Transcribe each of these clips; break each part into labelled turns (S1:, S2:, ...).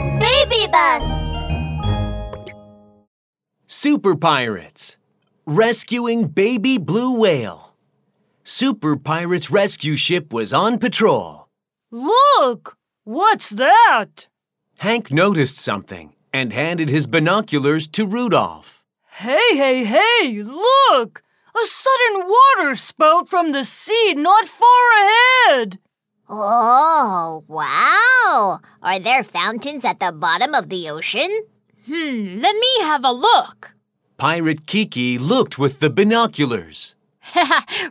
S1: Mystery Bus.
S2: Super Pirates Rescuing Baby Blue Whale. Super Pirates' rescue ship was on patrol.
S3: Look! What's that?
S2: Hank noticed something and handed his binoculars to Rudolph.
S3: Hey, hey, hey! Look! A sudden water spout from the sea not far ahead!
S1: Oh, wow! Are there fountains at the bottom of the ocean?
S4: Hmm, let me have a look.
S2: Pirate Kiki looked with the binoculars.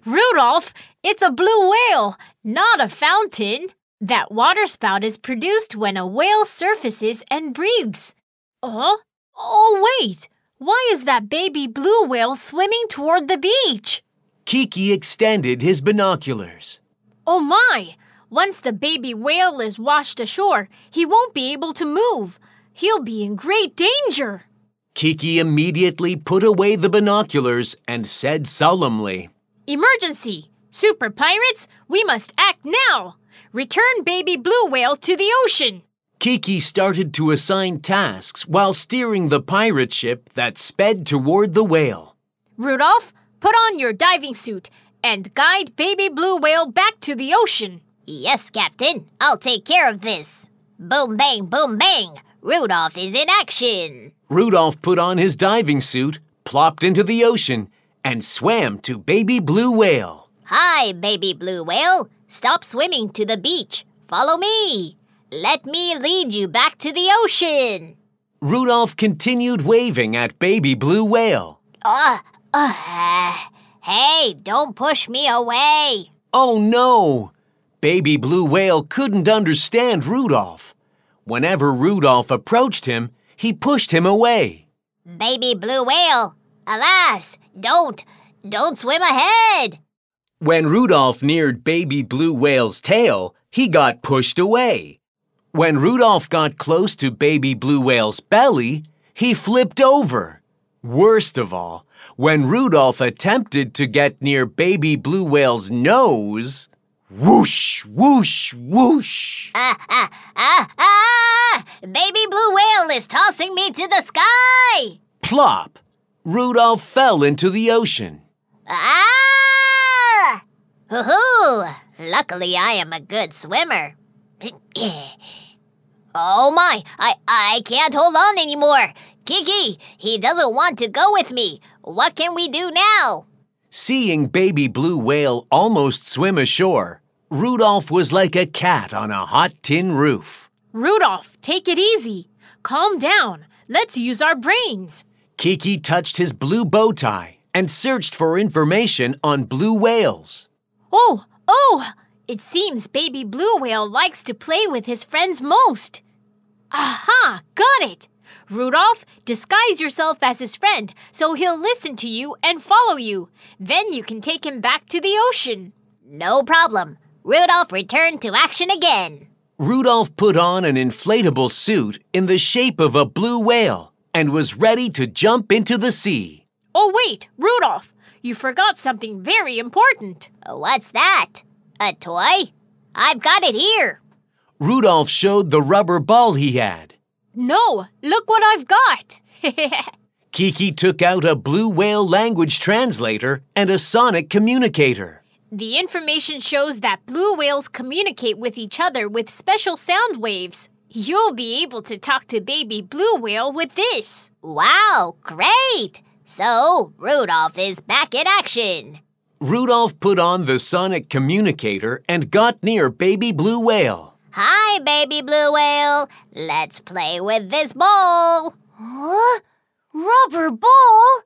S4: Rudolph, it's a blue whale, not a fountain. That waterspout is produced when a whale surfaces and breathes. Oh, oh wait. Why is that baby blue whale swimming toward the beach?
S2: Kiki extended his binoculars.
S4: Oh my! Once the baby whale is washed ashore, he won't be able to move. He'll be in great danger.
S2: Kiki immediately put away the binoculars and said solemnly,
S4: Emergency! Super pirates, we must act now! Return baby blue whale to the ocean!
S2: Kiki started to assign tasks while steering the pirate ship that sped toward the whale.
S4: Rudolph, put on your diving suit and guide baby blue whale back to the ocean.
S1: Yes, Captain. I'll take care of this. Boom, bang, boom, bang. Rudolph is in action.
S2: Rudolph put on his diving suit, plopped into the ocean, and swam to Baby Blue Whale.
S1: Hi, baby blue whale. Stop swimming to the beach. Follow me. Let me lead you back to the ocean.
S2: Rudolph continued waving at Baby Blue Whale.
S1: Ah, ah. hey, don't push me away.
S2: Oh no! Baby Blue Whale couldn't understand Rudolph. Whenever Rudolph approached him, he pushed him away.
S1: Baby blue whale. Alas, don't, don't swim ahead.
S2: When Rudolph neared Baby Blue Whale's tail, he got pushed away. When Rudolph got close to Baby Blue Whale's belly, he flipped over. Worst of all, when Rudolph attempted to get near Baby Blue Whale's nose, whoosh, whoosh, whoosh.
S1: Ah, ah, ah, ah! Baby blue whale is tossing me to the sky.
S2: Plop! Rudolph fell into the ocean.
S1: Ah! Hoo-hoo! Luckily, I am a good swimmer. oh my! I I can't hold on anymore. Kiki, he doesn't want to go with me. What can we do now?
S2: Seeing Baby Blue Whale almost swim ashore, Rudolph was like a cat on a hot tin roof.
S4: Rudolph, take it easy. Calm down. Let's use our brains.
S2: Kiki touched his blue bow tie and searched for information on blue whales.
S4: Oh, oh! It seems baby blue whale likes to play with his friends most. Aha, got it. Rudolph, disguise yourself as his friend so he'll listen to you and follow you. Then you can take him back to the ocean.
S1: No problem. Rudolph returned to action again.
S2: Rudolph put on an inflatable suit in the shape of a blue whale and was ready to jump into the sea.
S4: Oh, wait, Rudolph, you forgot something very important.
S1: What's that? A toy? I've got it here.
S2: Rudolph showed the rubber ball he had.
S4: No, look what I've got.
S2: Kiki took out a blue whale language translator and a sonic communicator.
S4: The information shows that blue whales communicate with each other with special sound waves. You'll be able to talk to baby blue whale with this.
S1: Wow, great! So, Rudolph is back in action.
S2: Rudolph put on the sonic communicator and got near Baby Blue Whale.
S1: Hi, baby blue whale. Let's play with this ball.
S3: Huh? Rubber ball?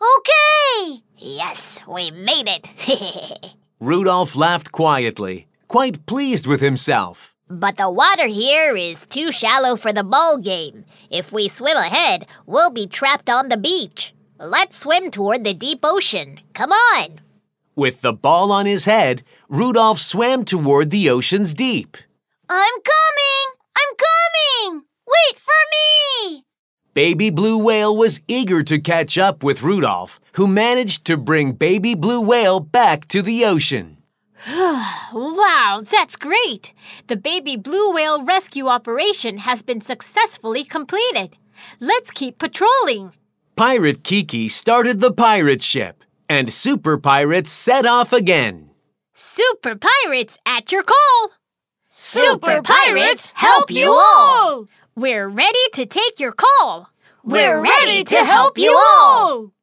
S3: Okay!
S1: Yes, we made it.
S2: Rudolph laughed quietly, quite pleased with himself.
S1: but the water here is too shallow for the ball game. If we swim ahead, we'll be trapped on the beach. Let's swim toward the deep ocean. Come on.
S2: With the ball on his head, Rudolph swam toward the ocean's deep.
S3: I'm coming! I'm coming! Wait for me!
S2: Baby Blue Whale was eager to catch up with Rudolph, who managed to bring Baby Blue Whale back to the ocean.
S4: wow, that's great! The baby blue whale rescue operation has been successfully completed. Let's keep patrolling.
S2: Pirate Kiki started the pirate ship, and super pirates set off again.
S4: Super pirates at your call!
S1: Super pirates help you all!
S4: We're ready to take your call.
S1: We're ready to help you all!